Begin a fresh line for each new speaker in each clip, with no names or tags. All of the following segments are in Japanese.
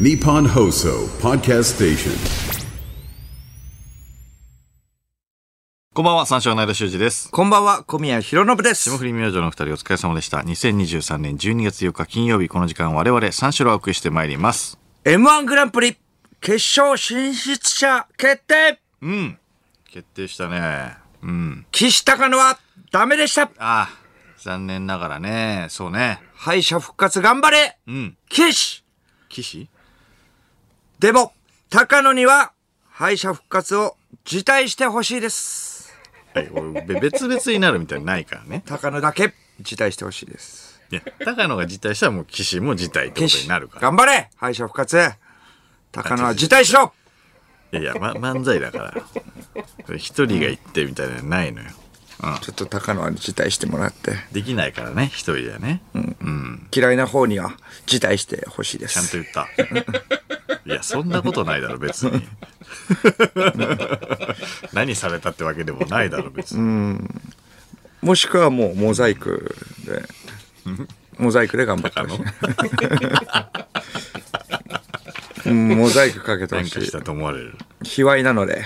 Nippon Hoso Podcast Station.
こんばんは、三章の間修二です。
こんばんは、小宮弘信です。
霜降り明星のお二人お疲れ様でした。2023年12月4日金曜日、この時間我々三章をお送りしてまいります。
M1 グランプリ、決勝進出者決定
決定したね。うん。
岸高野はダメでした
ああ、残念ながらね。そうね。
敗者復活頑張れ
うん。
岸
岸
でも、高野には敗者復活を辞退してほしいです。
はい、俺べ別々になるみたいにないからね。
高野だけ辞退してほしいです。
いや、高野が辞退したらもう岸も辞退ってことになるから。
頑張れ敗者復活高野は辞退しろ
いやいや、ま、漫才だから。一人が行ってみたいなのないのよ。
ちょっと高野は辞退してもらって、
できないからね、一人でね。
嫌いな方には辞退してほしいで
ちゃんと
す。
言った。いや、そんなことないだろ、別に。何されたってわけでもないだろ、別に。
もしくはもうモザイクで、モザイクで頑張って
あ
ほし
の
い。、うんモザイクかけて
な
ほ
ん
し
かした
い。
と思われる。
卑猥なので。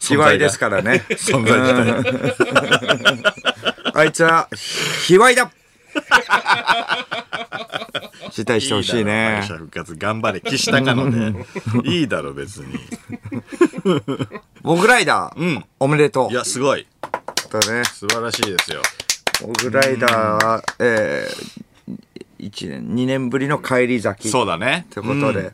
卑猥ですからね。
存在自体。
あいつは、卑猥 だ辞退してほしいね
敗者。復活頑張れ、岸高野で。いいだろ、別に。
モグライダー、
ん
おめでと
いや、すごい。
う。だね。
素晴らしいですよ。
モグライダーは、えー、1年、2年ぶりの返り咲き。
そう
っ
だね。
てことで。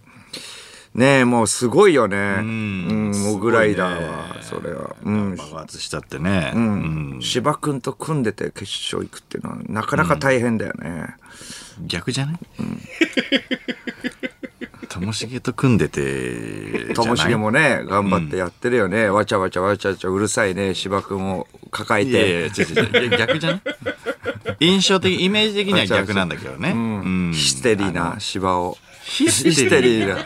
ねえ、もうすごいよね。うん、モグライダーは、
す
そ
ごいね
れは。うん。
爆発したってね。うん
芝君と組んでて決勝行くっていうのはなかなか大変だよね。
逆じゃないともしげと組んで て、
ともしげ
じゃない。
もね、頑張ってやってるよね。わちゃわちゃわちゃわちゃうるさいね、芝君を抱え
いやい
て。
や違う違ういや逆じゃない印象的イメージ的には逆なんだけどね、うん
ヒステリーな芝を。
ヒ
ヒ
ス
ス
テ
テ
リ
リ
ー
ーな。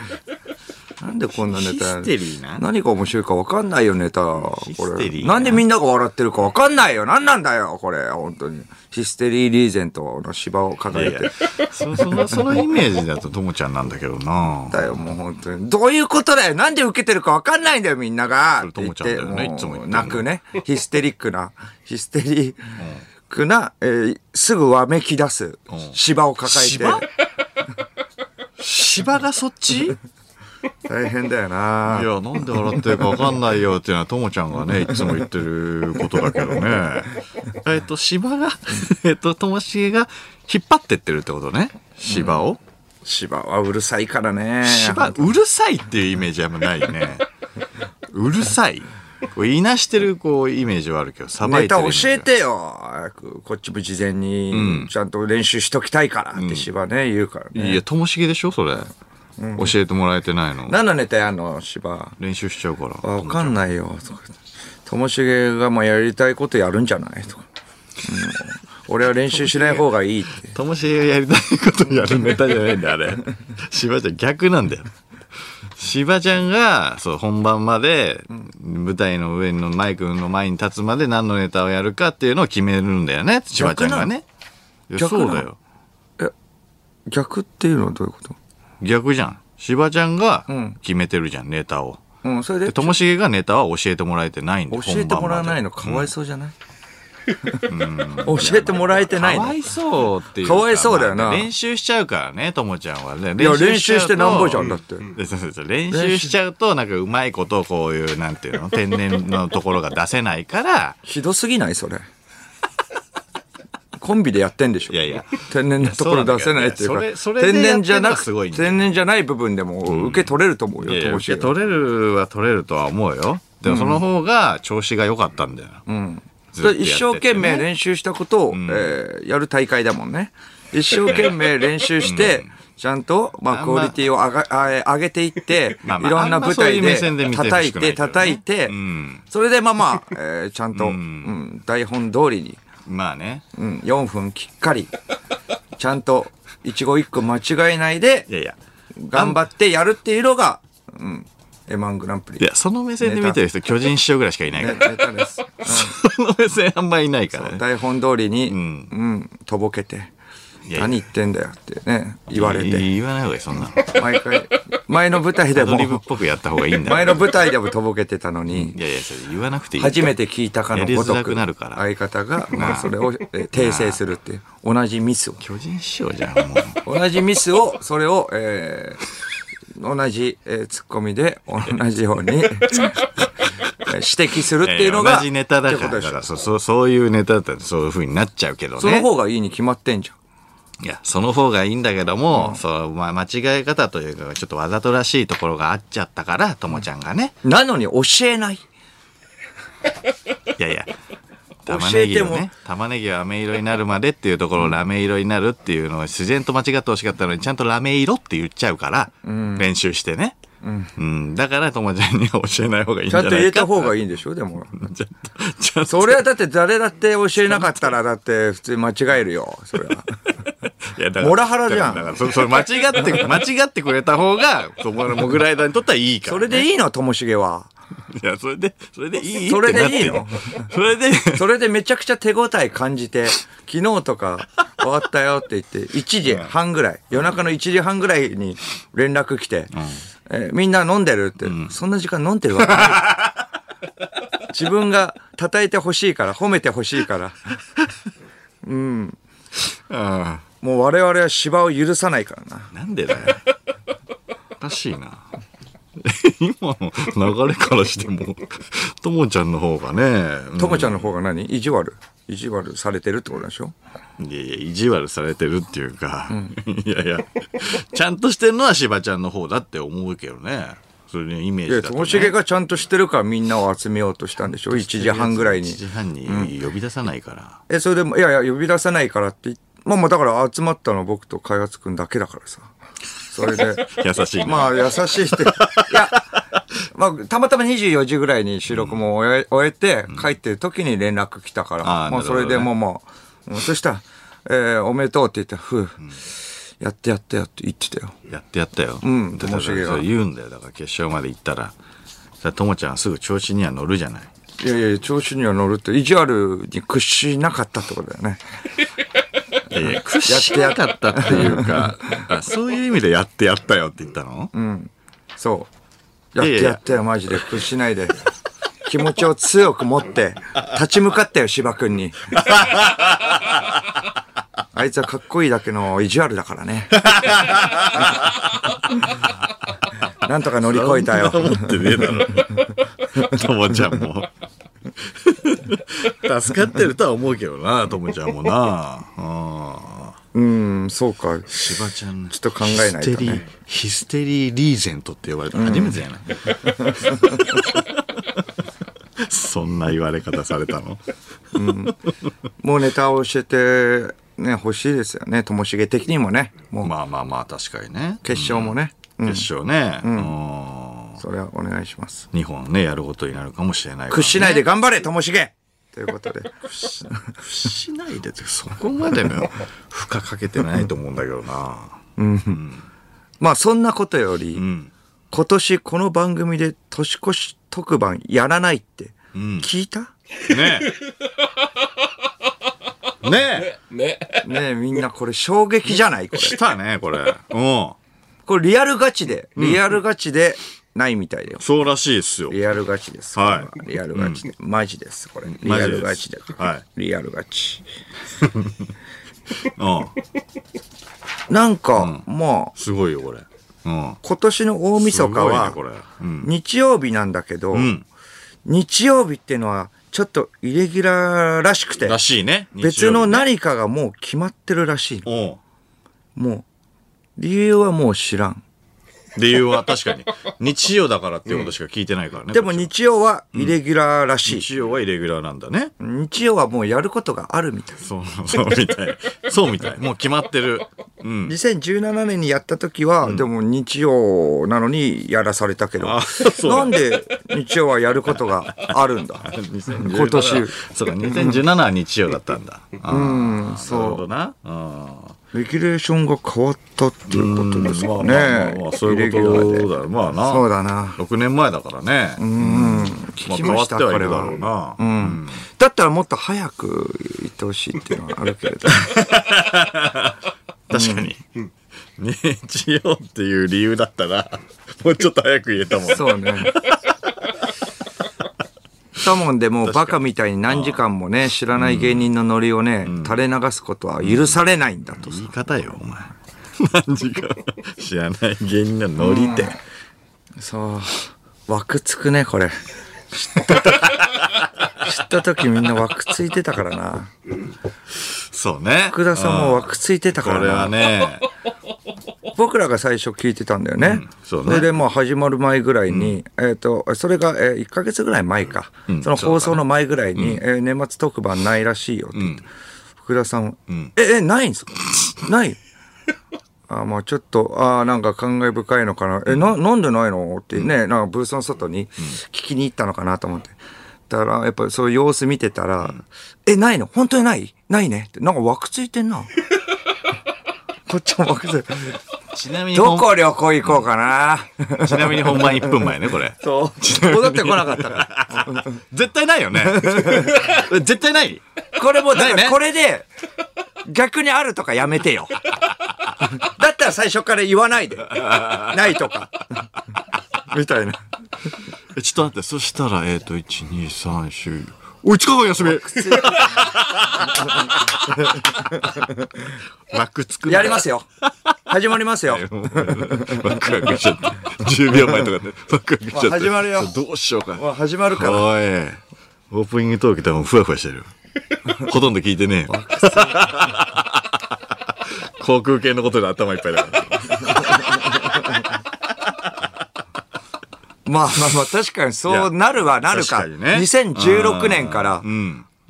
なんでこんなネタ
ヒステリーな
何が面白いか分かんないよ、ネタ。こ
ヒステリー
れ。
な
なんでみんなが笑ってるか分かんないよ。何なんだよ、これ。本当に。ヒステリーリーゼントの芝を抱え
いやいや
て。
そそのそのイメージだとともちゃんなんだけどな
だよ、もう本当に。どういうことだよなんで受けてるか分かんないんだよ、みんなが。
それともちゃんだよね
って言
い
っ
つ
て
も言って
もうん
の
泣く ね。ヒステリックな、ヒステリックな、えーすぐわめき出す
ん。
芝を抱えて。
芝芝がそっちい
大変だよな
やなんで笑ってるか分かんないよっていうのはともちゃんが ねいつも言ってることだけどねえっと芝が えっとともしげが引っ張ってってるってことね芝を、
芝はうるさいからね。
芝うるさいっていうイメージはあんまないねうるさいこういなしてるこうイメージはあるけどさば
ネ
いてる
タ
イメ
教
ージ
えてよ早くこっちも事前にちゃんと練習しときたいからって芝ね言うから
いや
ね。
ともしげでしょそれ、教えてもらえてないの
何のネタやんの芝。
練習しちゃうから
わかんないよとか言ってともしげがまあやりたいことやるんじゃないとか、うん俺は練習しない方がいいって
ともしげがやりたいことやるネタじゃないんだよあれしばちゃん逆なんだよしばちゃんがそう本番まで舞台の上のマイクの前に立つまで何のネタをやるかっていうのを決めるんだよねしばちゃんがねいや
逆
そ
なの
うだよ
逆っていうのはどういうこ
逆じゃんしばちゃんが
ん
決めてるじゃんネタを
とうんそれ
で
で
ともしげがネタは教えてもらえてないんで
教えてもらわないのかわいそうじゃない、 教えてもらえてない
かわ
の
いそうっていう
かわいそうだよな
まあ練習しちゃうからねともちゃんはね
いや
練
練
習
習
し
し
ちゃうと
てなんぼじゃんだって、
でそうそうそう練習しちゃうとなんかうまいことこういうなんていうの 天然のところが出せないから
ひどすぎないそれコンビでやってんでしょ
いやいや
天然なところ出せないっていうか
いやそうなんだけどねそれそれ
天
でやってんの
然じゃなく
すごいんだよ
天然じゃない部分でも受け取れると思うよ、
いやい
と
や
もしげ
受け
は
取れるは取れるとは思うよでもその方が調子が良かったんだよ、ずっとやってて
一生懸命練習したことを、えーやる大会だもんね。一生懸命練習して、ちゃんと、ま
あ
あ、
んま
クオリティを上があえ上げていって、
まあまあ
いろんな舞
あんま
台
そういう目線で
で
見てほしくない
叩い
けどね
て、叩いて、
ん
それでまあまあ、えーちゃんと、うん台本通りに、
まあね
うん、4分きっかり、ちゃんと一語一句間違えないで
い、やいや
頑張ってやるっていうのが、うん、M1 グランプ
い
リ。
やその目線で見てる人巨人師匠ぐらいしかいないか
ね
ら、
ネタです。
その目線あんまいないからね
台本通りに、うんん、とぼけて、
いや
何言ってんだよってね、言われて。
言わない方がいい、そ んなの。
毎回、前の舞台で
アドリブっ
も、
ぽくやった方がいいんだよ
前の舞台でもとぼけてたのに
い、やいや、それ言わなくていい。
初めて聞いたかのご
やりづ
と
ら
く
くなるから
相 方が、まあ、それをえー訂正するっていう同じミスを
巨人師匠じゃん、もう。
同じミスをそれを、えー同じ、えーツッコミで同じよ うにえー指摘 するっていうの
いやいや
が
同じネタだ
って
か
こと
ら
でし
そ
ょ
うそうそういうネタだったらそういう風になっちゃうけどね
その方がいいに決まってんじゃん
いやその方がいいんだけども、そうまあ、間違え方というかちょっとわざとらしいところがあっちゃったからともちゃんがね
なのに教えない
い やいや
教
玉ね
え
ぎ
て
を
も
ね玉ねぎは飴色になるまでっていうところをラメ色になるっていうのを自然と間違ってほしかったのにちゃんとラメ色って言っちゃうから、練習してね、うんだからともちゃんには教えない方がいいん
ち
じゃ
ゃ
なんい
と
か
言えた方がいいんでしょでも
ちゃんとちゃんと
それはだって誰だって教えなかったらだって普通に間違えるよそれは
いやだから
モラハラじゃん
だからそそれ 間違って 間違ってくれた方がそこのモグライダーにとってはいいから
それでいいのともしげはい
やそれでそれでいい
それでいい
ってな
の
ってる それ で
それでめちゃくちゃ手応え感じて、昨日とか終わったよって言って、1時半ぐらい、夜中の1時半ぐらいに連絡来て、えーみんな飲んでるって、そんな時間飲んでるわけない。自分が叩いてほしいから、褒めてほしいから、
あ
もう我々は芝を許さないからな。
あなんでだよおかしいな 今の流れからしても ともちゃんの方がね
ともちゃんの方が何意地悪意地悪されてるってことでしょ
いやいや意地悪されてるっていうか、 いやいやちゃんとしてるのはしばちゃんの方だって思うけどねそれねイメー
いや、
ジだ
と
と、
も
ね、
しげがちゃんとしてるからみんなを集めようとしたんでしょ ?1 時半ぐらいに
1。時半に呼び出さないから、
え、それでも、いやいや、呼び出さないからって言っまあまあ、だから集まったのは僕と開発くんだけだからさ。それで。
優しいな
まあ、優しいって。いや、まあ、たまたま24時ぐらいに収録も終え,、終えて、帰ってる時に連絡来たから、
ああ
も
な
う
る
そ
ほど
れ
ね
でもう、もう、うんそしたら、えーおめでとうって言って、ふう、やってやってやって言ってたよ。
やってやったよ。
ん
だ
ともしげが
だから言うんだよ。だから決勝まで行ったら。さともちゃんはすぐ調子には乗るじゃない。
いやいや、調子には乗るって、意地悪に屈しなかったってことだよね。
いやいや、屈しなかったっていうか、あそういう意味でやってやったよって言ったの、
そう。やってやったよ、マジで。屈しないで。 気持ちを強く持って、立ち向かったよ、芝君 に。あいつはかっこいいだけの意地悪だから ね。なんとか乗り越えたよ。
思ってねえだろ。 ともちゃんも。助かってるとは思うけどな、ともちゃんもな。うん
うん、そうか。
しばちゃん、
ちょっと考えない
ヒ
とね
ステリー、ヒステリーリーゼントって呼ばれたの初めてやな。 そんな言われ方されたの
もうネタを教えて、ね、欲しいですよね。ともしげ的にもね。もう、
まあまあまあ確かにね
決勝もね。うん、
決勝ね、うん
それはお願いします。
日本ねやることになるかもしれないからね
屈しないで頑張れ、ともしげということで。
屈しないでってそこまでの負荷かけてないと思うんだけどな
まあそんなことより、
ん
今年この番組で年越し特番やらないって聞いた、
ねえね
ね。
ねえみんなこれ衝撃じゃないこ
え
れ。
したねこれうん
これリアルガチで、リアルガチでないみたいだよ。
そうらしいっすよ
リアルガチです。
はい
これリアルガチで。マジです、これ。リ
マ
ア
ジです
ルガチで。
はい
リアルガチ。
うん
なんか、もう、
すごいよこれうん
今年の大晦日は
すごいねこれうん
日曜日なんだけど、
ん
日曜日ってのはちょっとイレギュラーらしくて、
らしいね
別の
日
何かがもう決まってるらしいの
曜日ねうん
もう理由はもう知らん
理由は確かに 日曜だからっていうことしか聞いてないからね
でも
こっちは
日曜はイレギュラーらしい、
日曜はイレギュラーなんだね
日曜はもうやることがあるみたい
そう、そうみたい。そうみたい。もう決まってる。うん。
2017年にやった時は、でも日曜なのにやらされたけど
あそうだ
なんで日曜はやることがある んだ今年
そうか、2017は日曜だったんだ。うん
そう
なるほどな。あ
レギュレーションが変わったっていうことですか
まあまあまあま
ね
あそういうこ
イレギュラ
と
ーで
だよ。まあな。
そうだな
6年前だからね。うん。
聞きま
変わっ
した
てはい
これ
るだ
は
ろうな。
うんだったらもっと早く言ってほしいっていうのはあるけれど
確かに。日曜っていう理由だったら、もうちょっと早く言えたもんね。
そうね。だもんでもうバカみたいに何時間もね、知らない芸人のノリをね、垂れ流すことは許されないんだと。
言い方よ、お前。何時間知らない芸人のノリって。
そう。枠つくね、これ。知った時、知った時みんな枠ついてたからな。
そうね。
福田さんも枠ついてた
こ
から
れ
な
は。ね、
僕らが最初聞いてたんだよね。
そうね
れでもう始まる前ぐらいに、えっ、と、それが、え1ヶ月ぐらい前か。その放送の前ぐらいに、えー年末特番ないらしいよって言って、福田さんは、え、え、ないん ですかないあまあちょっと、ああ、なんか感慨深いのかな。え、な、なんでないのってね、なんかブースの外に聞きに行ったのかなと思って。だから、やっぱりそういう様子見てたら、え、ないの本当にないないねって、なんか枠ついてん な。こっちも枠ついて
ちなみに、
どこ旅行行こうかな。
ちなみに本番1分前ね、これ。
そう。戻ってこなかったか
絶対ないよ ね。絶対ない。
ら。 これも、だか
ない
ら
ね
これで、逆にあるとかやめてよ。 だったら最初から言わないで。ないとか。みたいな。
えちょっと待って、そしたら、えっ、と、1、2、3、4。おい、近く休み。枠作 る
やりますよ。始まりますよ。
ワ クワクしちゃった。10秒前とか で、ワクワクしちゃった。
もう始まるよ
どうしようか。
もう始まるから
おい。オープニングトーク多分ふわふわしてる。 ほとんど聞いて ねえよ。航空系のことで頭いっぱいだから。
まあまあまあ、確かにそうなるはなるか。
いや確かにね
2016年から、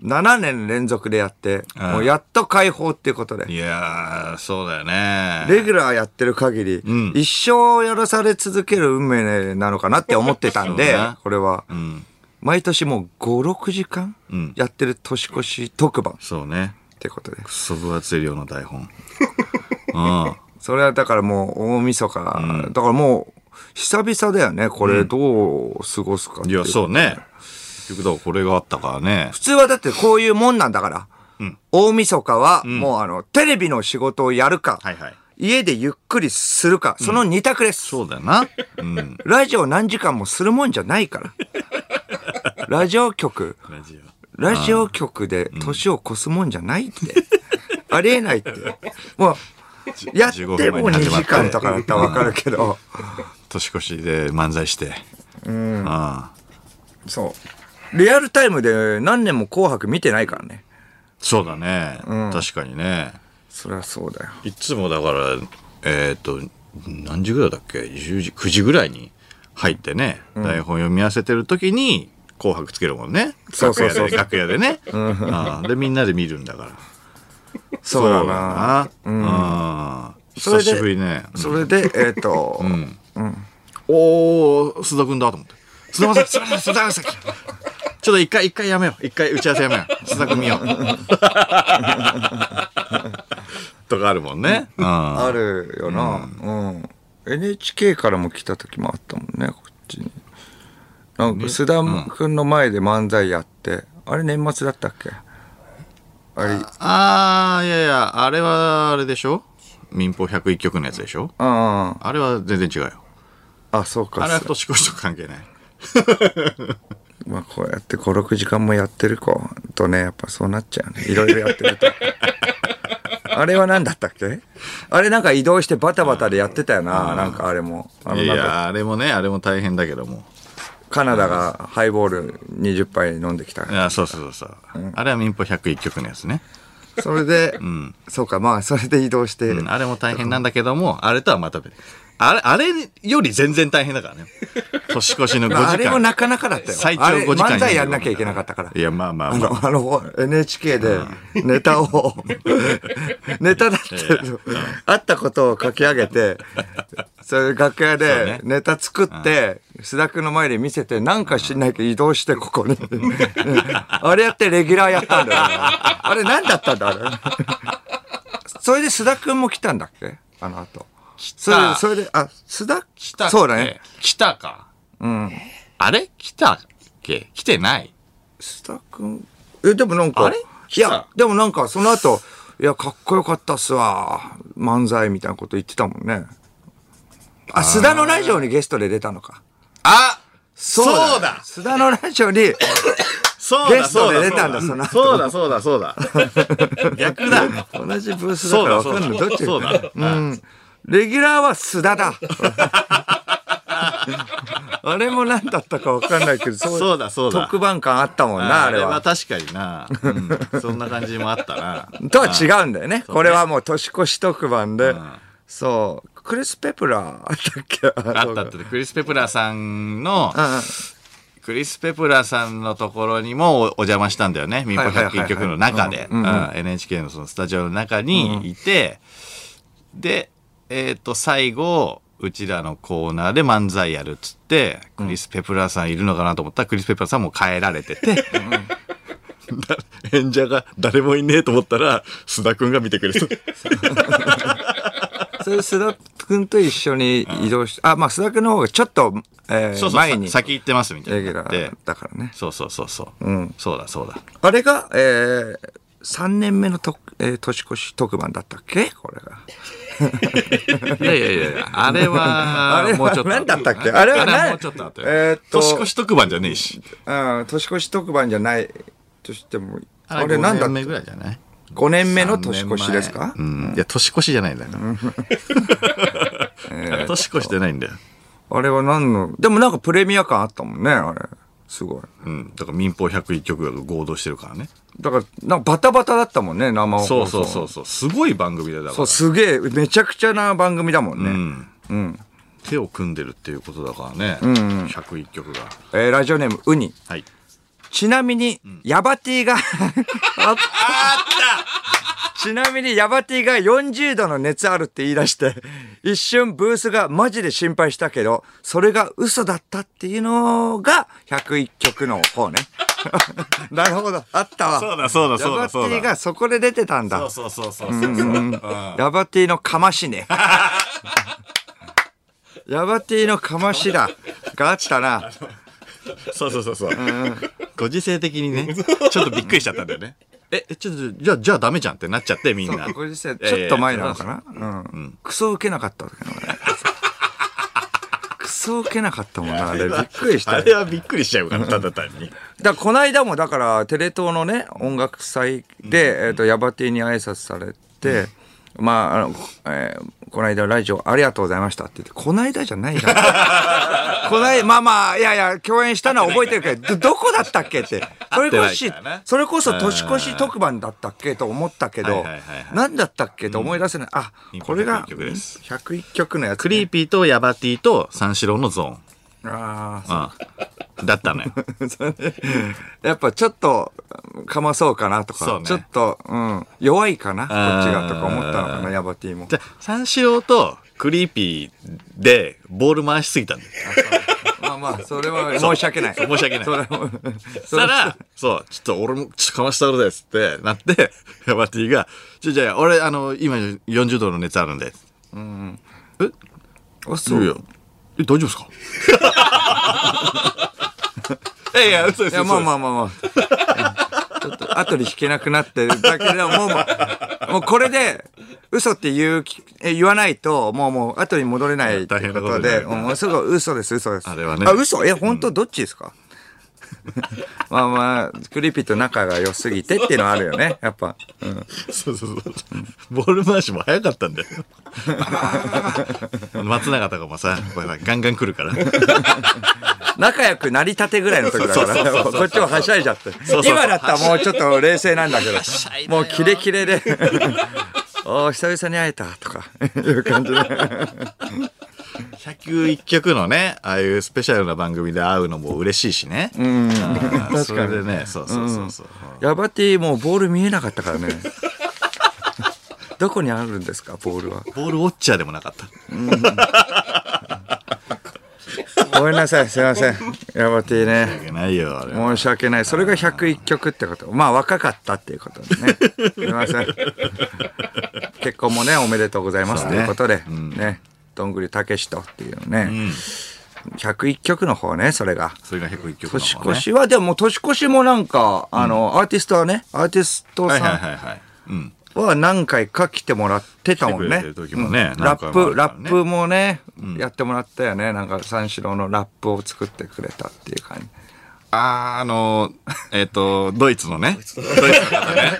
7年連続でやって、もうやっと解放っていうことで。
いやー、そうだよね。
レギュラーやってる限り、一生やらされ続ける運命なのかなって思ってたんで、
そうね
これは、毎年もう5、6時間やってる年越し特番っ
そうね。
てことで。
クソ分厚い量の台本。
それはだからもう大晦日、だからもう久々だよね、これどう過ごすかって
い
いう
や、そうね。結局だからこれがあったからね。
普通はだってこういうもんなんだから、大晦日はもうあの、テレビの仕事をやるか、
はいはい
家でゆっくりするか、その二択です。
そうだよな。うん。
ラジオ何時間もするもんじゃないから。ラジオ局、
ラジオ。
ラジオ局で年を越すもんじゃないって。ありえないって。もう、やっても
15分前
2
に始まっ
時
て
間とかだったらわかるけど、
年越しで漫才して。うん。ああ
そう。リアルタイムで何年も紅白見てないからね。
そうだね。確かにね。
そりゃそうだよ。
いつもだから、えっ、と、何時ぐらいだっけ ?10 時、9時ぐらいに入ってね、台本読み合わせてる時に、紅白つけるもんね。
そうそうそう
楽屋で楽屋でね。ああで、みんなで見るんだから。
そうだな。
そうだな。ああ
それ
久
で
しぶりね。
それで、えっ、と、
おー、須田君だと思って。須田まさき、須田須田将暉ちょっと一回、一回やめよう。一回打ち合わせやめよう。須田君見よう。 とかあるもんね。うん。
あるよな、うん。NHK からも来た時もあったもんね、こっちに。なんか、須田くんの前で漫才やって、あれ年末だったっけあれ、
あー、いやいや、あれはあれでしょ民放101局のやつでしょ
あ
あれは全然違うよ。
あ、あ、そうか
あれ。は年越しと関係ない。
まあ、こうやって5、6時間もやってる子とね、やっぱそうなっちゃうね。いろいろやっ てると。あれは何だったっけあれなんか移動してバタバタでやってたよな、なんかあれも。あの
い
なんか
や、あれもね、あれも大変だけども。
カナダがハイボール20杯飲んできた。
あそうそうそうそう。あれは民放101局のやつね。
それで、そうか、まあ、それで移動して、
うんあれも大変なんだけども、あれとはまた別。あれ、あれより全然大変だ からね。年越しの5時
ま
間。
あ、あれもなかなかだったよ。
最長
あれ
5時間
漫才やんなきゃいけなかったから。
いや、まあまあ
あ
まあ。
の、あの、NHK でネタを、 ネタだって、あったことを書き上げて、それで楽屋
そう
で
ね
ネタ作って、須田君の前で見せて、なんか知んないけど移動してここに。 あれやってレギュラーやったんだよね。あれ何だったんだ、あれ。それで須田君も来たんだっけあの後。それで、それで、あ、須田
来たっけ
そうだね。。
来たか。うん。あれ来たっけ来てない
須田君えでもなんか
あれ
いやでもなんかその後いやかっこよかったっすわ漫才みたいなこと言ってたもんね。あ、須田のラジオにゲストで出たのか。
あそうだ
須田のラジ オに、
そう
ゲ
だ
ス
そ
ト
うだ
で出たんだその後
そうだそうだそうだ。 逆だ。
同じブースだ
そ
か
う
ら
だ
わ
そ
か
うん
ない。
だ
どっ。ち
そうだ。
うん。レギュラーは須田だ。 あれも何だったかわかんないけど、そ
そうだそうだ
特番感あったもんな、あれは。
確かにな。うんそんな感じもあった な。
とは違うんだよね。これはもう年越し特番で
ん。
そう。クリス・ペプラーあったっけあ
あったって、クリス・ペプラさんの、
うん
クリス・ペプラさんのところにもお邪魔したんだよね。民放百均局の中で。うん NHK のそのスタジオの中にいて、で、えっ、と、最後、うちらのコーナーで漫才やるっつって、クリス・ペプラさんいるのかなと思ったら、クリス・ペプラさんも帰られてて、だ 演者が誰もいねえと思ったら、須田くんが見てくれて。
それ須田君と一緒に移動して、あ、まあ須田君の方がちょっと、えー
そうそう、
前に
さ先行ってますみた
レ
い
ギュ
にな
ラ
っ
ー
て。
だからね。
そうそうそうそう。
うん
そうだそうだ。
あれが、えー、3年目のと、えー年越し特番だったっけこれが。
いやいやいやいや、あれは、
あれは
もうちょっと。
何だったっけあれは何
もうちょっと後よ
えーっと
年越し特番じゃねえし。
うん、年越し特番じゃないとしても、あ
あ
れ
れ
な
何
んだ
だ
?5
目
年
ぐらいじゃない
目の年越しですか
うん。いや、年越しじゃないんだよ。 年越しじゃないんだよ。
あれは何の、でもなんかプレミア感あったもんね、あれ。すごい。
うん。だから民放101局が合同してるからね。
だから、なんかバタバタだったもんね、生放送。
そうそうそうそう。すごい番組だよだか
そ
ら。
う。すげえ、めちゃくちゃな番組だもんね。
手を組んでるっていうことだからね。うん。101局が。
えーラジオネーム、ウニ。
はい。
ちなみに、ヤバティ があった、ちなみにヤバティが40度の熱あるって言い出して、一瞬ブースがマジで心配したけど、それが嘘だったっていうのが101曲の方ね。 なるほど、あったわ。
そうだそうだそうだそうだ
ヤバティがそこで出てたんだ。
そうそうそうそうそうそう。うん
ヤバティのかまし ね。ヤバティのかましだ。があったな。
そうそうそうそう。ご時世的にね、ちょっとびっくりしちゃったんだよね。 え、えちょっと、じゃあ、じゃあダメじゃんってなっちゃって、みんな。
ご時世ちょっと前なのかな、うん。クソ受けなかったわけな のねクソ受けなかったもんな。あれびっくりした
あ
よ。だ
れはびっくりしちゃうから、ただ単に。
からこの間もだからテレ東のね、音楽祭で、えっと、ヤバティに挨拶されて、まあ、あの、えーこの間ラジオありがとうございましたって言って、この間じゃない じゃん。こないまあまあ、いやいや、共演したのは覚えて るけど、ど、どこだったっけって。それこ
会って
そ
ないからな、
それこそ年越し特番だったっけと思ったけ
はい
ど
はいはいは、い
何だったっけと思い出せない。あ、これが
101曲です
101曲のやつ
クリ
ね。
ーピーとヤバティと三四郎のゾ
あ
ーン。うん。だったのよ。
ーそうねやっぱちょっと、かまそうかなと
そう
か、
ね
ちょっと、うん、弱いかな、こっ
あー
ちがとか思ったのかな、ヤバティも
じ。ゃあ三四郎とクリーピーでボール回しすぎたんだよ。
まあまあ、それは申し訳ない。
申し訳ない。
それ
そした
は
ら、そう、ちょっと俺も、ちょっとかましたことですってなって、ヤバティが、ちょ、じゃあ、俺、あの、今40度の熱あるんで。うん。え
あそう
いやいやえ、大丈夫ですか いやいや、嘘です。
いや、まあまあまあ まあ。ちょっと後で弾けなくなってるだけど、もうもう、もうこれで、嘘って言うき、え言わないと、もうもう後に戻れないと
大
いう
変な
こ
こと
と
にな
で、
るな
もうすぐ嘘です、嘘です。
あれはね
あ、嘘え、本当どっちで すかまあまあ、クリピと仲が良すぎてっていうのはあるよね、やっぱ。うん
そうそうそう。ボール回しも早かったんだよ。 松永とかもさ、これさガンガン来るから。
仲良くなりたてぐらいの時だか
そうそう
ら、
そうそう
こっちもはしゃいじゃって
うそう。そう
今だったらもうちょっと冷静なんだけど、もうキレキレで、 おー久々に会えたとか、いう感じで。
1 0一曲のね、ああいうスペシャルな番組で会うのも嬉しいしね。うん。それでね、そうそうそうそう。
ヤバティもうボール見えなかったか らね。どこにあるんですか、ボールは。
ボールウォッチャーでもなかった。
ごめんなさい、すいません。ヤバティ
い
ね。
けないよ、あれ。
申し訳ない。それが101曲ってこと。まあ若かったっていうことでね。すいません。結婚もね、おめでとうございます
そう
と
ね
いうことで、ね。どんぐりたけしとっていうのね。101曲の方ね、それが。
それが101曲の
年
方
越
ね。
しは、でも年越しもなんか、あの、アーティストはね、アーティスト
はいは
さ
いはい
ん
はい。うん。
は何回か来てもらってたもん
来
ね。
てくれてる時もね
うん
何
ラ
回
ッ
もある
プ、
から
ラ
ね
ップもね、やってもらったよね。なんか三四郎のラップを作ってくれたっていう感じ。
あーあの ー、えっ、と、ドイツのね、ドイツの方ね、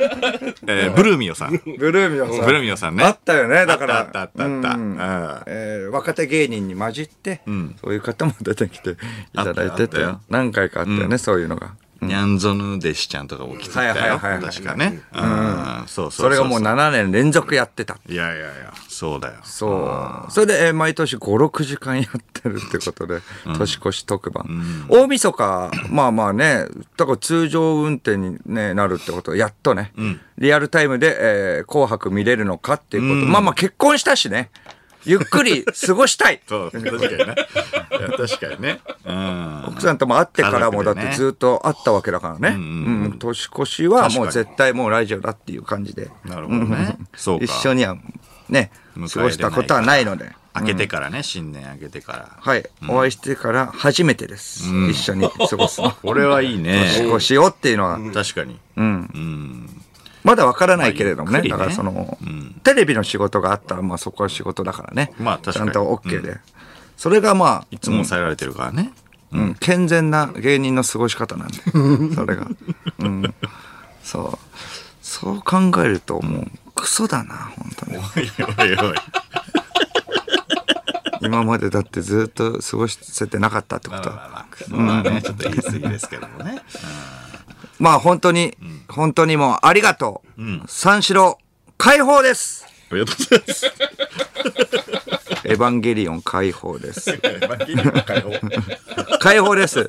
えーブルーミヨさん。ブ
ブルーミオさん。
ルーミヨさんね。
あったよね、だから。
あったあったあった。
うん
あ
えー若手芸人に混じって、そういう方も出てきていただいて
あった
て
よあったよ
何回かあったよね、そういうのが。
うんニャンゾヌデシちゃんとかも来てたよ。
はいはいはいはい
確かね。うん。そうそうそう。
それがもう7年連続やってた。
いやいやいや、そうだよ。。
そう。それで、えー毎年5、6時間やってるってことで、年越し特番。大晦日、まあまあね、だから通常運転に、ね、なるってこと、やっとね、リアルタイムで、えー紅白見れるのかっていうこと。まあまあ結婚したしね、ゆっくり過ごしたい
そう、確かにね。いや確かにね。うん。
奥さんとも会ってからも
家
だ
族
っ
でね
てずっと会ったわけだからね。うん。年越しはもう絶対もうラジオだっていう感じで。
なるほどね。そうか。
一緒にはね、
迎えれない
過ごしたことはないので。
開けてからね、新年開けてから。
はい。お会いしてから初めてです。一緒に過ご すの。
これはいい
年
ね。
越しをっていうのは、
確かに。
まだわからないけれども
ま
ね。
あゆっ
だ
くりね
からその、テレビの仕事があったら、まあそこは仕事だからね。
まあ確かに
ちゃんと OK で。それがまあ、
いつも抑えられてるからね。
うん、健全な芸人の過ごし方な んで、それが。うん。そう。そう考えると、もう、クソだな、本当 に。
おいおいおい。
今までだってずっと過ごせてなかったってことは。
まあまあね、ちょっと言い過ぎですけどもね。
まあ本当に、本当にもうありがとう。三四郎、解放です
ありがとうございます。
エヴァンゲリオン解放 です。
マキリの解放
解放です。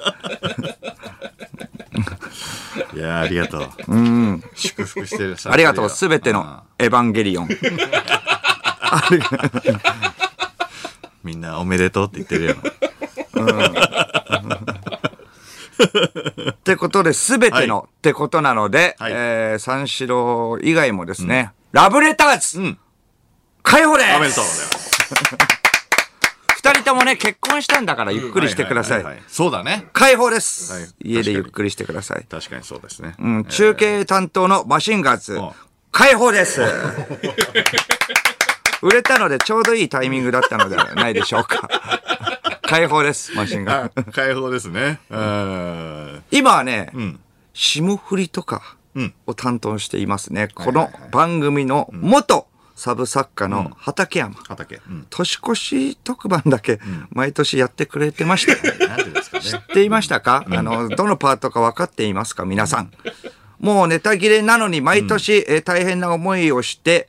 いやーありがとう。祝福してる。
ありがとう、すべて
うん
のエヴァンゲリオン。
みんなおめでとうって言ってるよ。
ってことで、すべての、
は
ってことなので、
はい
えー三四郎以外もですね、ラブレターズ、
ん
解放で
おめでとうございますす。
二人ともね、結婚したんだからゆっくりしてくださ。
ははいはいは。そうだね。
解放です、
はい
家
確
で
かに
ゆっくりしてください。
確かにそうですね。
うん、中継担当のマシンガーズ
ん、
解放です。 売れたのでちょうどいいタイミングだったのではないでしょうか。 解放です、マシンガー
あ
ズ。
解放ですね。うん。
今はね、霜降りとかを担当していますね。この番組の元サブ作家の畠山。
畑。うん。
年越し特番だけ毎年やってくれてましたよね。
なんていうんですかね。
知っていましたか、あの、どのパートか分かっていますか皆さん。もうネタ切れなのに毎年、えー大変な思いをして、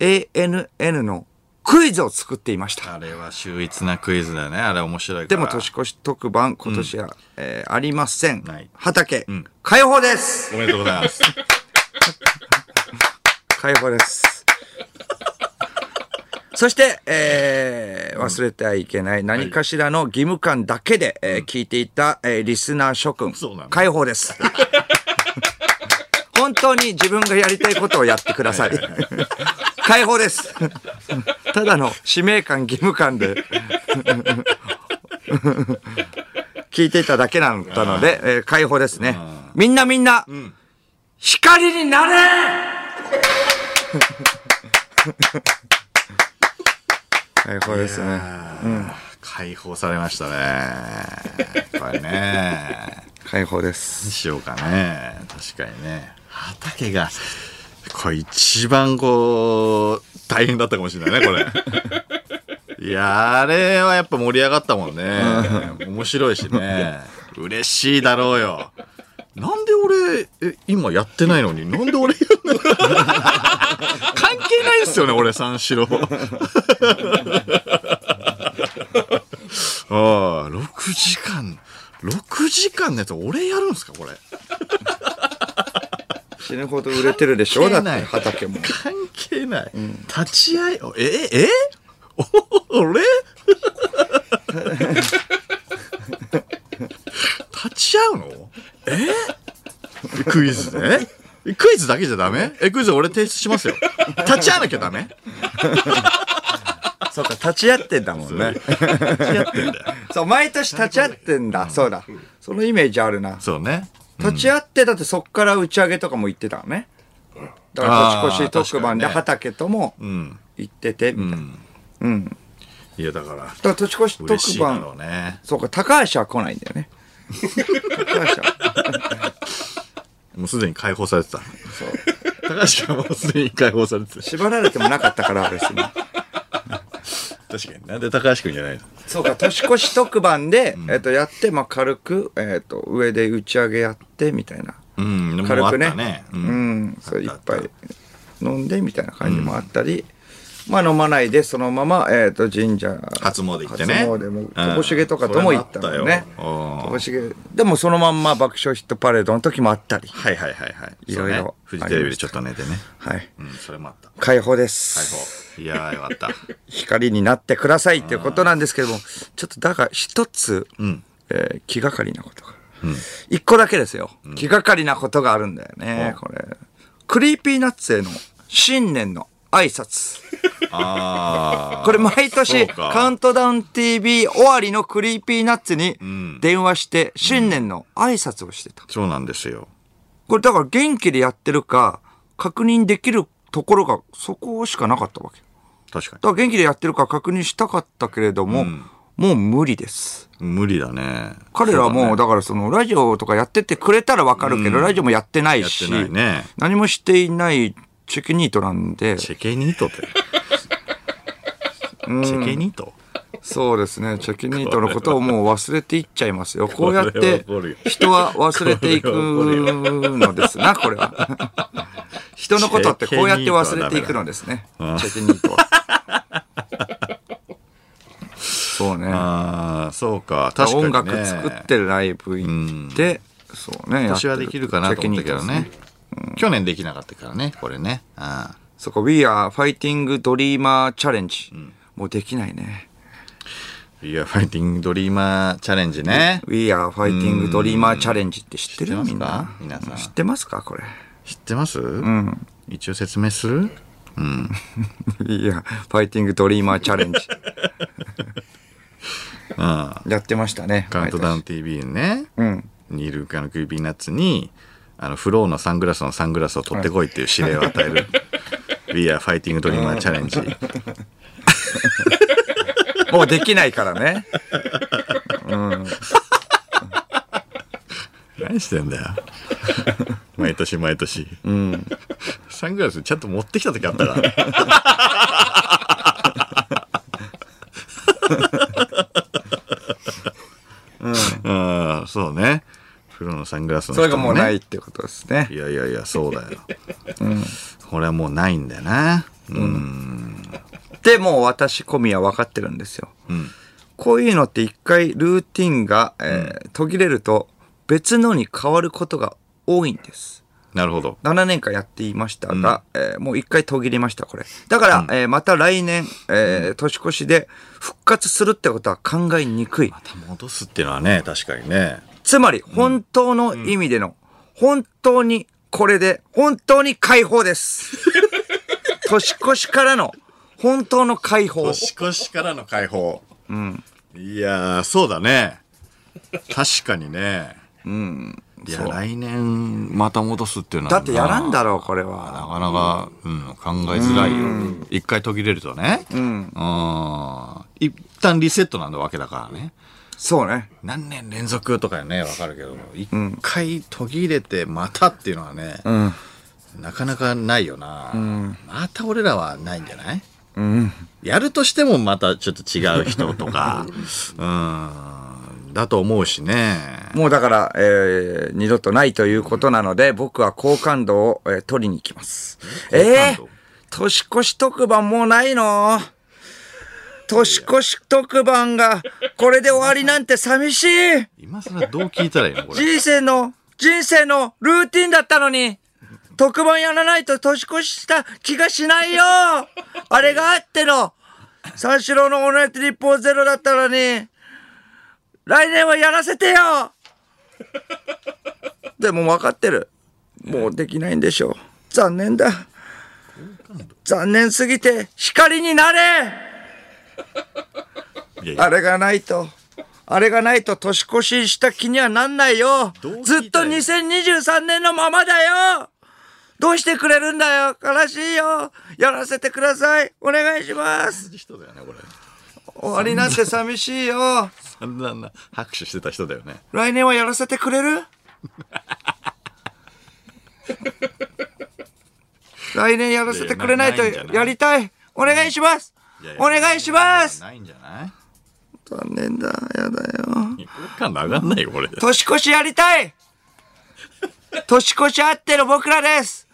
ANN のクイズを作っていました。
あれは秀逸なクイズだよね。あれ面白いか
で
ら。
も年越し特番今年は、えーありません。
ない
畑、解放です
おめでとうございます。
解放です。そして、えー忘れてはいけない何かしらの義務感だけで、えー聞いていた、えーリスナー諸君
そうなの、
解放 です。本当に自分がやりたいことをやってください。解放です。ただの使命感、義務感で。聞いていただけだったので、えー解放ですね。みんなみんな、光になれ解放ですね。
解放されましたね。これね。
解放です。
しようかね。確かにね。畑が、これ一番こう、大変だったかもしれないね、これ。 いや、あれはやっぱ盛り上がったもんね。面白いしね。嬉しいだろうよ。なんで俺、え、今やってないのに、なんで俺やんの 関係ないですよね、俺、三四郎。ああ、6時間、6時間のやつ俺やるんすか、これ。
死ぬほど売れてる でしょだ
関係ない
って畑も。
関係ない。立ち会い、おえ、え お俺 立ち会うのえクイズでえクイズだけじゃダメえ、クイズ俺提出しますよ。立ち会わなきゃダメ
そうか、立ち会ってんだもんね。そう、毎年立ち会ってんだ。そうだ。そのイメージあるな。
そうね。
立ち会って、だってそっから打ち上げとかも行ってたのね。だから
あー
年越し特番で
確
畑とも
うん。
行ってて、みたいな。うん。だ
いや、だから、
から年越し
嬉しい
特
だ
番、
ろうね。
そうか、高橋は来ないんだよね。高橋は。
もうすでに解放されてた。
そう。
高橋君はもうすでに解放されてた。
縛られてもなかったから、別に。
確かに。なんで高橋君じゃないの
そうか、年越し特番で、えっと、やって、まあ、軽く、えっと、上で打ち上げやって、みたいな。
うん、でも
軽
あっ
く
た
ね。
ね。
う、
うんん。
そう一
あったあった
杯飲んでみたいな感じもあったり、まあ飲まないでそのまま、えっと神社
初詣行ってね
初詣も
うん
とこしげとかとも行ったのね
それもあったようん
とこしげでもそのまんま爆笑ヒットパレードの時もあったり
はいはいはいはい。
いろいろ
そうねフジテレビでちょっと寝てね。
はい
うん、それもあった。
解放で
解
す
放。い やー、よかった。
光になってくださいっていうことなんですけどもちょっとだが一つ、
ん
えー気がかりなことが一個だけですよ、気がかりなことがあるんだよね、これクリーピーナッツへの新年の挨拶
あ
これ毎
そう
年
か
カウントダウン TV 終わりのクリーピーナッツに電話して新年の挨拶をしてた。
ー、そうなんですよ。
これだから元気でやってるか確認できるところがそこしかなかったわけ。
確か
だから元気でやってるか確認したかったけれども、もう無理です。
に。無理だね。
彼らはもう
だ
だからそのラジオとかやっててくれたらわかるけど、ラジオもやってない
やって
し、
ないね。
何もしていないチェキニートなんで、
チェケニートって。チェケニート
そうですね。チェキニートのことをもう忘れていっちゃいますよ。こうやっ
これは
て
怒るよ
人は忘れていくのですな、これは。人のことってこうやって忘れていくのですね。チェキニートは。そうね。
ああ、そうか。確かに、
音
ね。
楽作ってるライブ行って、そうね。
私はできるかなと思ったけど
チェキニート
ね
です。
去年できなかったからね、これね。あー
そこ、We are fighting dreamer challenge。もうできないね。
いや、ファイティングドリーマーチャレンジね。
We are fighting dreamer challenge って知ってる
うん知
み
ってます
んな
か。皆さん
知ってますかこれ。
知ってますうん。一応説明する
いや、ファイティングドリーマーチ ャレンジ。やってましたね。
カウントダウン
毎
TV ね。
うん。
にいるかのクリーピーナッツに、あの、フローのサングラスのサングラスを取ってこいっていう指令を与える。We are fighting dreamer challenge。
年もうできないから ね。
何してんだよ。 毎年毎年。サングラスちゃんと持ってきた時あったからね。 うん、そうね。プロのサングラスの
そ
人
れがもう
ね
ないってことですね
い。やいやいや、そうだよ。これはもうないんだよな。うん。
で、もう私、小宮分かってるんですよ。こういうのって一回ルーティンが、えー途切れると別のに変わることが多いんです。
なるほど。
7年間やっていましたが、えーもう一回途切れました、これ。だから、えーまた来年、えー年越しで復活するってことは考えにくい。
戻すっていうのはね、確かにね。
つまり、本当の意味での、本当にこれで、本当に解放です。 年越しからの、本当の解放。
年越しからの解放。うん。いやー、そうだね。確かにね。うん。いや、来年また戻すっていうのは。
だってやらんだろう、これ
な
は。
かなか、うん、考えづらいよ。一回途切れるとね。うん。一旦リセットなんだわけだからね。
そうね。
何年連続とかね、わかるけど、一回途切れてまたっていうのはね、なかなかないよな。また俺らはないんじゃないやるとしてもまたちょっと違う人と か、うん、だと思うしね。
もうだから、えー二度とないということなので、僕は好感度を、えー取りに行きます。えー
度、
年越し特番もうないの年越し特番が、これで終わりなんて寂しい
今更どう聞いたらいいのこ れ。
人生の、人生のルーティンだったのに、特番やらないと年越した気がしないよあれがあっての、三四郎のオールナイト日本ゼロだったのに、来年はやらせてよでも分かってる。もうできないんでしょう。残念だ。残念すぎて光になれ
いやいや
あれがないと、あれがないと年越しした気にはなんないよ
どう。聞いたらいい
ずっと2023年のままだよ。どうしてくれるんだよ悲しいよやらせてくださいお願いします
人だよね、これ。
終わりなんて寂しいよ
そんなあんな拍手してた人だよね。
来年はやらせてく れる来年やらせてくれないと
いやないんじゃない
やりたいお願いします
いやや
お願いします
ないんじゃない
残念だやだよ
いや好感度上がんないよ、 これ。
年越しやりたい年越しあっての僕らです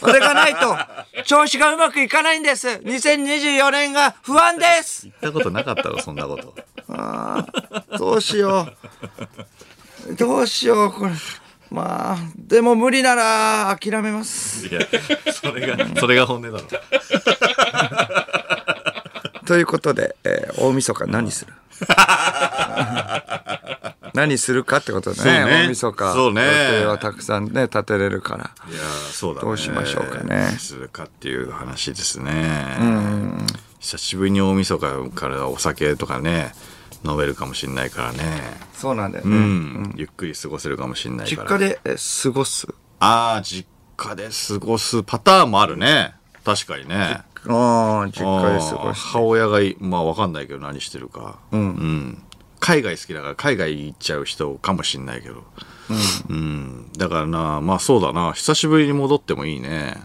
それがないと調子がうまくいかないんです2024年が不安です
言ったことなかったわ、そんなこと。
どうしようどうしようこれまあでも無理なら諦めます
いや、それが、それが本音だろ。
ということで、えー大晦日 何する何するかってことだ
そ
ね
うね
大晦日
そうね
予定はたくさんね立てれるから
いやーそうだね
どうしましょうかね
何するかっていう話ですね久しぶりに大晦日からお酒とかね飲めるかもしれないからね
そうなんだよ
う
ね、
ん、ゆっくり過ごせるかもしれないか
実
ら
家でえー過ごす
ああ実家で過ごすパターンもあるね確かにね
ああ実家
あ
で過
ー
ごし
母親がいまあわかんないけど何してるかうん、海外好きだから海外行っちゃう人かもしんないけどうん、だからなまあそうだな久しぶりに戻ってもいいね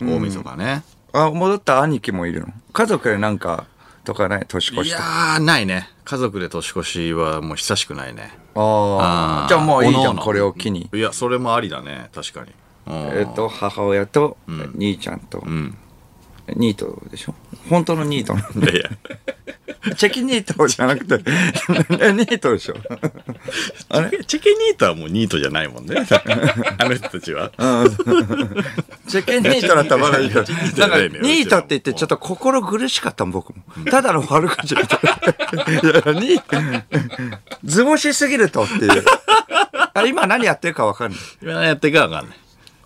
大晦日ね、
あ戻った兄貴もいるの家族でなんかとかない年越
い
し
や
とか
ーないね家族で年越しはもう久しくないね
ああじゃあもういいじゃんこれを機に
いやそれもありだね確かに
えっと母親と兄ちゃんと、ニートでしょ本当のニートなんで
いや
チェキニートじゃなく てニートでしょ
あれチェケニートはもうニートじゃないも んねあの人たちは
チェキニートだったらまだいいけど
チェキニートじ
な
ゃ
ん
な
か
いのよ
ニートって言ってちょっと心苦しかったもん僕もただの悪口だったいやニート図星すぎるとって いうあ今何やってるか分かんない
今やってるかわかんない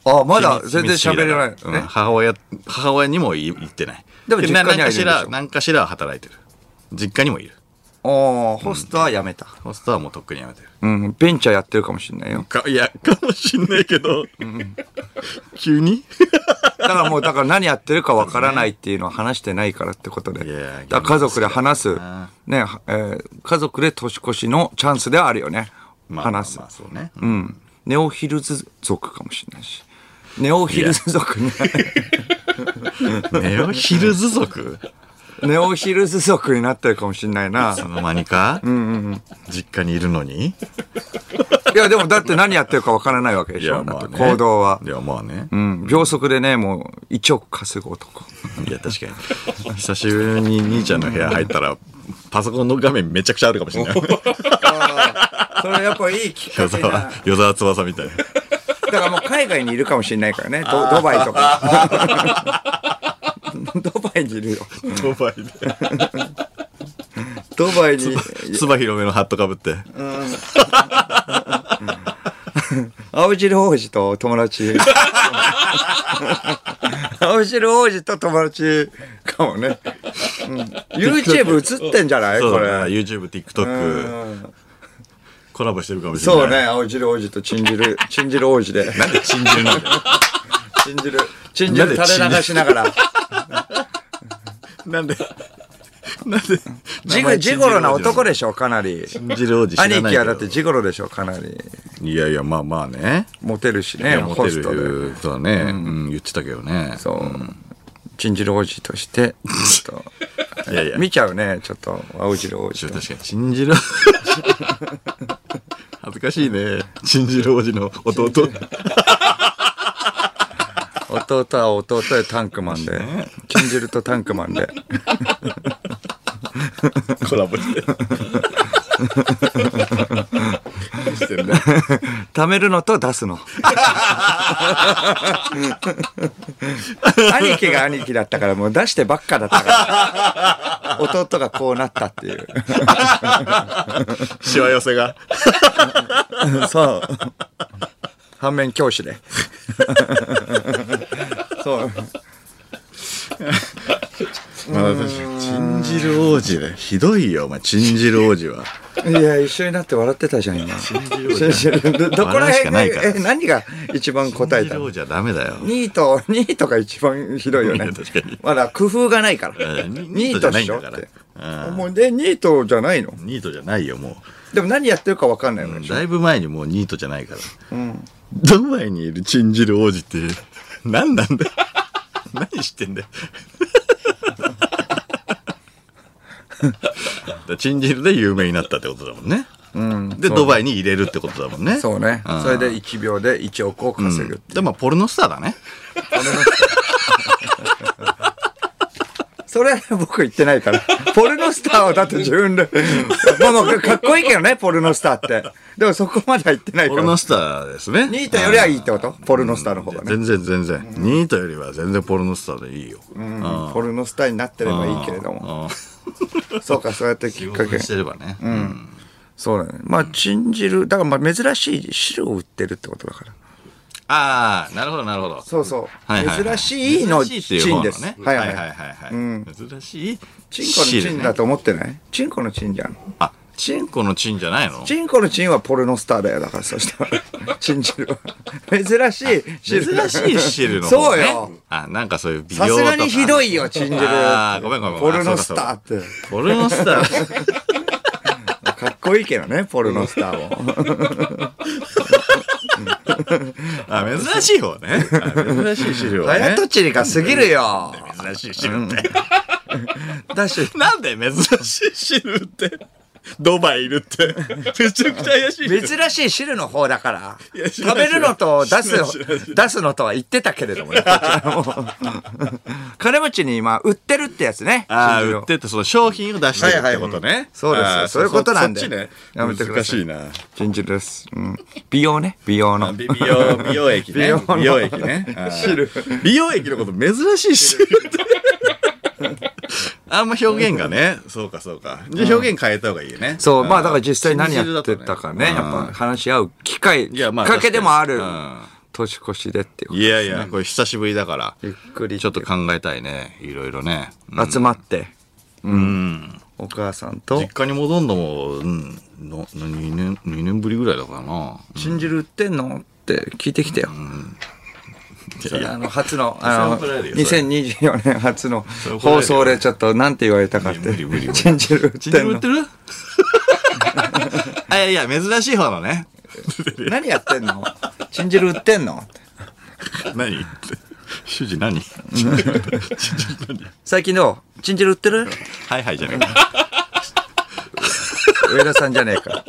あまだ全然喋れない、ね
うん母親母親にも言ってない
でも実家にはいるん
何か
でし
し
ょ
ら何かしらは働いてる実家にもいる
おーホストはやめた、
ホストはもうとっくにやめてる
うんベンチャーやってるかもしれないよ
かいやかもしんないけど、急に
だからもうだから何やってるかわからないっていうのは話してないからってことで
いや
だから家族で話す、ねえー家族で年越しのチャンスではあるよね
まあ
話す、
まあまあそうね、
うんネオヒルズ族かもしれないしネオヒルズ族ね
ネオヒルズ族
ネオヒルズ族になってるかもしれない な
その間にか、実家にいるのに、
いやでもだって何やってるかわからないわけでしょ、だって行動はい
やまあね、
うん、秒速でねもう1億稼ぐ男
いや確かに久しぶりに兄ちゃんの部屋入ったらパソコンの画面めちゃくちゃあるかもしれ ない
それやっぱいいきっ
与
かけだ
沢与沢翼みたいな
だからもう海外にいるかもしれないからね、ドドバイとか。 ドバイにいるよ。
ドバイで
ドバイに。
つば広めのハットかぶって
青汁王子と 友達。青汁王子と友達かもね。うん、YouTube 映ってんじゃない
そう
こ
だね
れ。
YouTube、TikTok コラボしてるかもしれない
そうね、青汁王子とチン汁、チン汁王子で。
なんで信じるなんだ よ
チン汁、チン汁垂れ流しながら。
なんでなんで
ジグ、ジゴロな男でしょ、かなり。
信じる王子知らない
兄
けど
貴はだってジゴロでしょ、かなり。
いやいやまあまあね
モテるし
い
ね、
やモテ
ホストで。
る人はねうん言ってたけどね
そう。チンジル王子として、ちょっと。
いやいや
見ちゃうね、ちょっと、青汁王
ち
子
ょ
と。
確かに信じる 恥ずかしいね信じる王子の弟
弟は弟でタンクマンで。チンジルとタンクマンで。
コラボして何してんだよ
貯めるのと出すの。兄貴が兄貴だったから、もう出してばっかだったから。弟がこうなったっていう。
しわ寄せが
そう。反面教師で。そう。
まあ確かにチンジル王子ねひどいよお前チンジル王子は
いや、一緒になって笑ってたじゃん、今。信じるどどこら
笑うしかないか
辺
ら
が、え、何が一番答えた
信じ
の
ろじゃダメだよ。
ニート、ニートが一番ひどいよ
い
ね
や 確かに。
まだ工夫がないか
いや
ら。
ニ
ニ
ニ
ー
ートじゃ
ト
な
っ
いん
しょ
だか
っ
ら
て。もうで、ニートじゃないの
ニートじゃないよ、も
でも何やってるか分かんないわけ
う。
でしょ
だいぶ前にもうニートじゃないから。ドバイにいるチンジル王子って、 何なんだよ 何してんだよ。だからチンジルで有名になったってことだもんね。で、ドバイに入れるってことだもんね。
そうね
ん。
それで1秒で1億を稼ぐ。
でも、ポルノスターだね。
それ僕言ってないから。ポルノスターはだって自分で。まあまあ、かっこいいけどね、ポルノスターって。でもそこまでは言ってないか
ポル
ら。
ノ
ニ
スターですね。
ートよりはいいってことポルノスターの方がね。
全然全然、ニートよりは全然ポルノスターでいいよ、うん
ポルノスターになってればいいけれども。そうか、そうやってき
仕
っ
事
かけ
にし。てればね、うん
そうだね。まあ、チン汁、だからまあ珍しい汁を売ってるってことだから。
ああなるほどなるほど
そうそう。
はいはいはい
珍しいの
珍しいっていう
チン
方
で
の
す。
ね
はいはい
はい
はい。
はいはい
うん
珍しい
チンコのチンだ
ね、
と思ってないチンコのチンじゃん。
あチンコのチンじゃないの
チンコのチンはポルノスターだよ、だからそしたら。チン汁は。珍しい
珍
汁だ。
しい汁の方、ね、
そうよ
あなんかそういう美容
さ
とか
すがにひどいよ、チン汁。
あーごめんごめんご
ポ
めん
ルノスターって。
ポルノスター
かっこいいけどね、ポルノスターも。
あ珍しい方ねあ珍しい汁をね
早とちりが過ぎるよ。
珍しい汁って、
だし、
なんで珍しい汁ってドバイいるってめちゃくちゃ怪しい汁
珍しい汁の方だから、
や知
食
らな
べ
い
るのと出
知らない知らない
す、出すのとは言ってたけれどもね、こっちは もう金持ちに今、売ってるってやつね。
ああ、
真珠
売
を
ってって、その商品を出してるってことね。
はいはいうんそうですよ
あー
そういうことなんで
そっちね。
やめてください
難し
真珠です。うん美容ね、美容の。
いな。美 容、美容液ね。
美容の
美容液 ね。あー美容液のこと珍しい汁って。 あんま表現がね。そうか、そうか。じゃあ表現変えた方がいいよね。
そう、
ん
まあだから実際何やってたかね、やっ。
真
ぱ話し合う機会、
い
き
や
っ
まあ
かけでもある
確かにうん、
年越しでっていう
汁だと
こと
ねいやいや、これ久しぶりだから。
ゆっくり
ちょっと考えたいね。いろいろね。うん
集まって、うん、お母さんと
実、家に戻んのも、うん、の2年、二年ぶりぐらいだからな。
真汁売ってんのって聞いてきてよ。 それあの初の、あの、
それは怒られるよそれ
2024年初の
れ怒られるよ
放送でちょっとなんて言われたかって。
無理無理無理
チンジル売って
チンジ
ん
ル売
の
ってる あいやいや珍しい方のね
何やってんのチンジル売ってんのって
何主人 何
最近どうチンジル売ってる
はいはいじゃねえか
上田さんじゃ ねえか。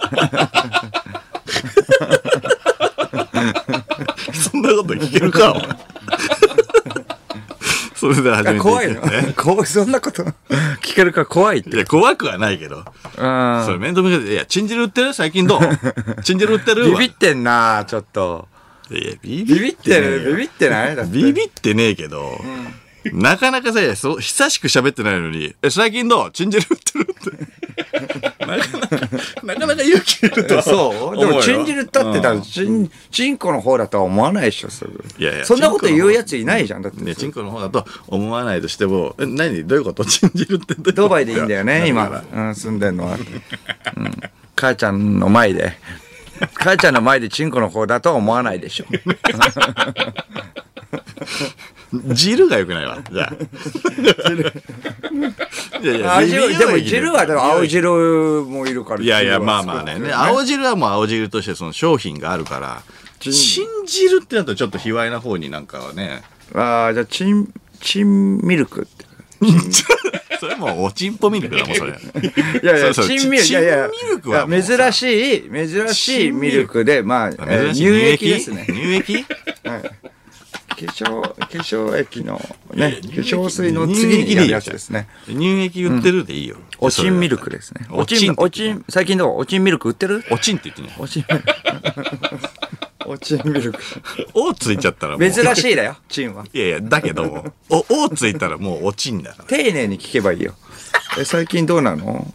そんなこと聞けるかお前 それでは始めてい
怖い
く
の
ね
怖い、そんなこと聞けるから怖いって。
いや怖くはないけど
うん。
それ面倒見ていやチンジル売ってる最近ど うチンジル売ってる
ビ
わ
ビってんなちょっと。
いやビ
ビビってるビ
ビ
ビってないだって
ビビってねえけどなかなかさそう久しく喋ってないのに「え最近どうチンジル売ってる?」ってなかなかなかなか勇気いるとは
そうで
思う
も、
よ
チンジルだってたら、チン、チンコの方だとは思わないでしょ、すぐ。
いやいや
そんなこと言うやついないじゃん、だって。
ね、チンコの方だと思わないとしても、え何どういうことチンジルってどういうこと
ドバイでいいんだよね、今。うん、住んでんのは。うん母ちゃんの前で。母ちゃんの前でチンコの方だとは思わないでしょ。
ジルが良くないわ。じゃあ。 いやいや
あジル
美容液
でも、汁は、でも、青汁もいるから。
いやいや、
汁は
まあまあね。ね青汁はもう青汁としてその商品があるから、チンジルってなるとちょっと卑猥な方になんかはね、
ああ、じゃあ、チン、チンミルクって。
それもうおちんぽミルクだもん、それ。
いやいや、
そうそう
チンミルク、い
チン
やいや
チンミルクはもうさ
珍しい、珍しいミルクで、まあ、えー
珍しい
乳液ですね。
乳液
化粧、化粧液のね、化
乳液
粧水の次にやるやつですね。
乳液売ってるでいいよ。
おちんミルクですね。お
お
ち
ち
ん
ん、
おちん、最近どうおちんミルク売ってる
おちんって言ってんじゃん
おちんミルク。おちんミルク。
おついちゃったらもう。
珍しいだよ、チンは。
いやいや、だけども、お、おついたらもう落ちんだから。
丁寧に聞けばいいよ。え、最近どうなの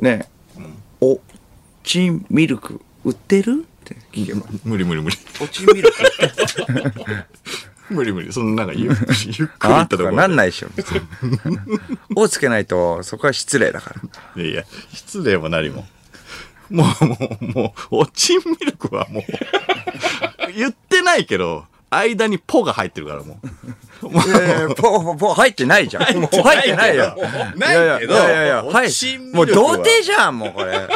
ねえ、おちんミルク売ってるって聞けば。
無理無理無理。
おちんミルク
無理無理。そのなんかゆっくり、ゆっくり言
あ
っ
と
たと
か
こ
な
ろ
ん
で。
ないでしょ。別におつけないと、そこは失礼だから。
いやいや、失礼も何も。もう、もう、もう、おちんミルクはもう、言ってないけど、間にポが入ってるからもう。もう
いやい や、ポーポーポー入ってないじゃん。もう入ってないよ。
ないけど
いやいやいや、
お
はい
ちん。ミルク
も
は
う童貞じゃん、もうこれ。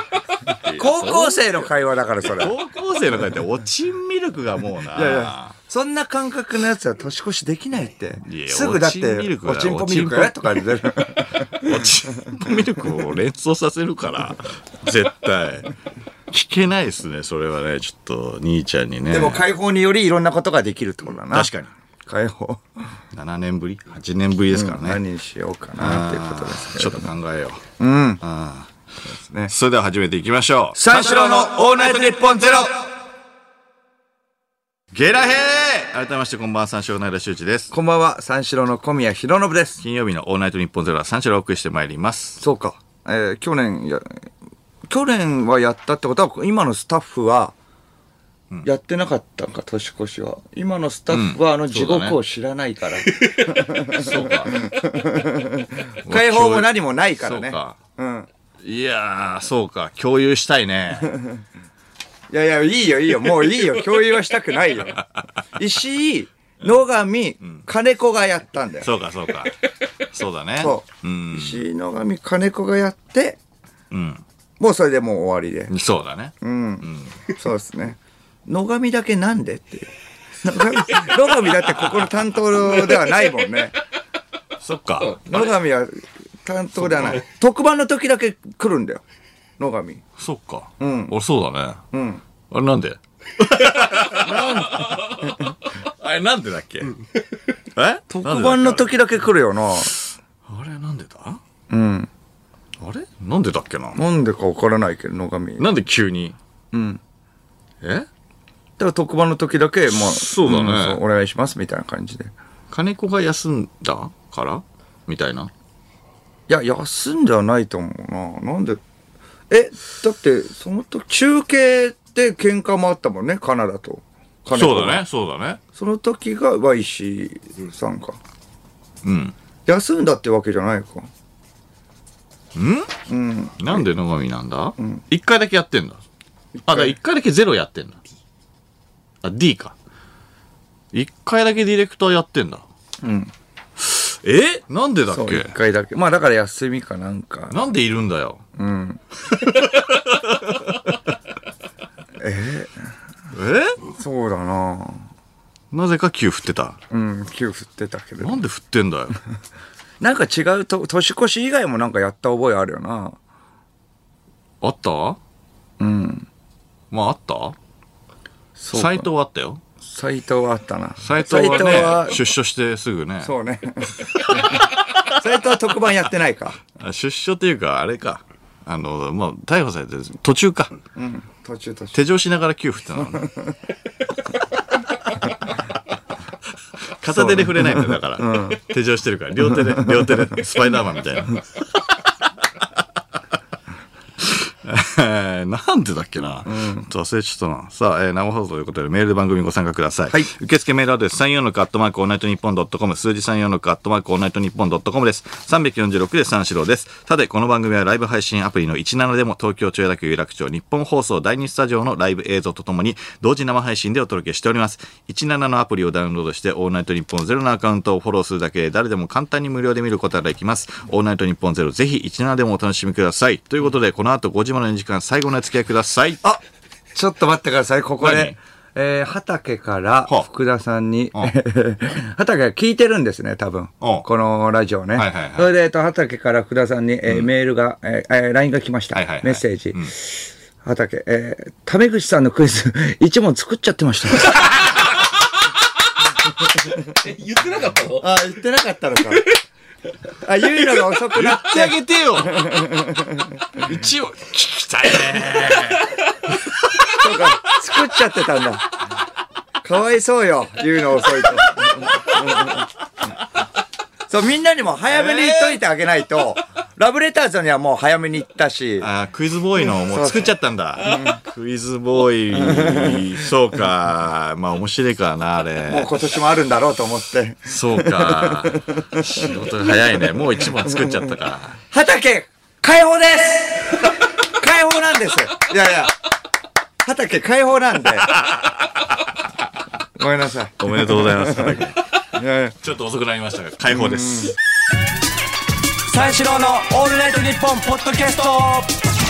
高校生の会話だから、それ。い
高校生の会って、おちんミルクがもうな。
やいや、そんな感覚のやつは年越しできないって
い。や
すぐだっ
おちん
て
ミル、クだ
おちんぽミルクやとか言ってる。
おちんぽミルクを連想させるから、絶対。聞けないですね、それはね、ちょっと、兄ちゃんにね。
でも解放によりいろんなことができるってことだな。
確かに。
解放。
7年ぶり ?8 年ぶりですからね。
何にしようかなっていうことですけ
ちょ
ど
っ。と考えよう。
ですね。
それでは始めていきましょう。
三四郎の
オールナイトニッポンゼロゲラヘー改めましてこんばんは、三四郎の間修一です。
こんばんは、三四郎の小宮浩信です。
金曜日のオールナイトニッポンゼロは三四郎をお送りしてまいります。
そうか。えー去年や、去年はやったってことは、今のスタッフは、やってなかったんか、年越しは。今のスタッフはあの地
そうだね
獄を知らな いから。
そう か。
解放も何もないから
そう
ね。
か。
うん。
いやー、そうか。共有したいね。
いやいや、いいよいいよ、もういいよ、共有はしたくない よ。石井、野上、金子がやったんだよ。
そうか、そうか。そうだね。
そう。
ん。
石井、野上、金子がやって、
うん。
もうそれでもう終わりで。
そうだね。
うん、そうですね。野上だけなんでっていう。野上野上だってここの担当ではないもんね。
そっか。
野上は担当ではない。特番の時だけ来るんだよ。野上。
そっか。
ん
俺そうだね。
うん。
あれなんで あれなんでだっけえ
特番の時だけ来るよな。
あれなんでだ
うん。
あれなんでだっけな
なんでかわからないけど、野上。だか
なんで急に
ん
え
ら特番の時だけ、もう、
そうだね
んそうお願いしますみたいな感じで。い
金子が休んだからみたいな
や、休んではないと思うな。なんで。え、だって、その時、中継で喧嘩もあったもんね、カナダと。金子が
そうだねそうだね
その時が和石さんか。
うん
休んだってわけじゃないか。
なんで野上なんだ一回だけやってんだあだから一回だけゼロやってんだあ D か一回だけディレクターやってんだ
ん
えなんでだ
そ
っ
う、
け
一回だけ。まあだから休みかなんか。
なんでいるんだよ。うん。え
そうだな
なぜか球振ってた。
うん、球振ってたけど
な。んで振ってんだよ。
なんか違うと、年越し以外もなんかやった覚えあるよな。
あった
うん。
まああった
そうか
斎藤はあったよ。
斎藤はあったな。
斎藤は
斎
ね、出所してすぐね。
そうね。 斎藤は特番やってないか。
あ出所っていうか、あれか。あの、まあ、逮捕されてる途中か。
うん、途中途中。
手錠しながら球振ってたのね。片手で触れないんだよだから。手錠してるから。両手で、両手で、スパイダーマンみたいな。えーなんでだっけな、ちょっと忘れちゃったな。さあ、えー生放送ということでメールで番組にご参加ください。
はい
受付メールアドレス34のカットマークオールナイトニッポンドットコム、数字34のカットマークオールナイトニッポンドットコムです。346で三四郎です。さて、この番組はライブ配信アプリの17でも東京千代田区有楽町日本放送第2スタジオのライブ映像とともに同時生配信でお届けしております。17のアプリをダウンロードしてオールナイトニッポンゼロのアカウントをフォローするだけで誰でも簡単に無料で見ることができます。オールナイトニッポンゼロぜひ17でもお楽しみください。ということで、この後5時までの時間最後のお付き合いください。
あちょっと待ってください、ここ
何
で。えー、畑か
は
ら
あ
福田さんに、
うん
畑が聞いてるんですね、多分。
うん
このラジオね。
はいはいはい
それで、えっと、畑から福田さんに、えーメールが、えーえー LINE が来ました。
はいはいはい
メッセージ。畑、えー、タメ口さんのクイズ、 一問作っちゃってま した。
言ってなかったの
あ、言ってなかったのか。あ、言うのが遅くなっ
言ってあげて よ一応、聞きたいね。
たのか。作っちゃってたんだ。かわいそうよ、言うの遅いと。そう、みんなにも早めに言っといてあげないと、ラブレターズにはもう早めに言ったし、
あークイズボーイのもう作っちゃったんだ。クイズボーイ、そうか。まあ面白いからな、あ
もう
れ。
今年もあるんだろうと思って。
そうか。仕事が早いね。もう一問作っちゃったか。
畑、解放です解解放なんです。いやいや、畑解放なんで。ごめんなさい。
おめでとうございます。
いやいや
ちょっと遅くなりましたが、解放です。
三四郎のオールナイトニッポンポッドキャスト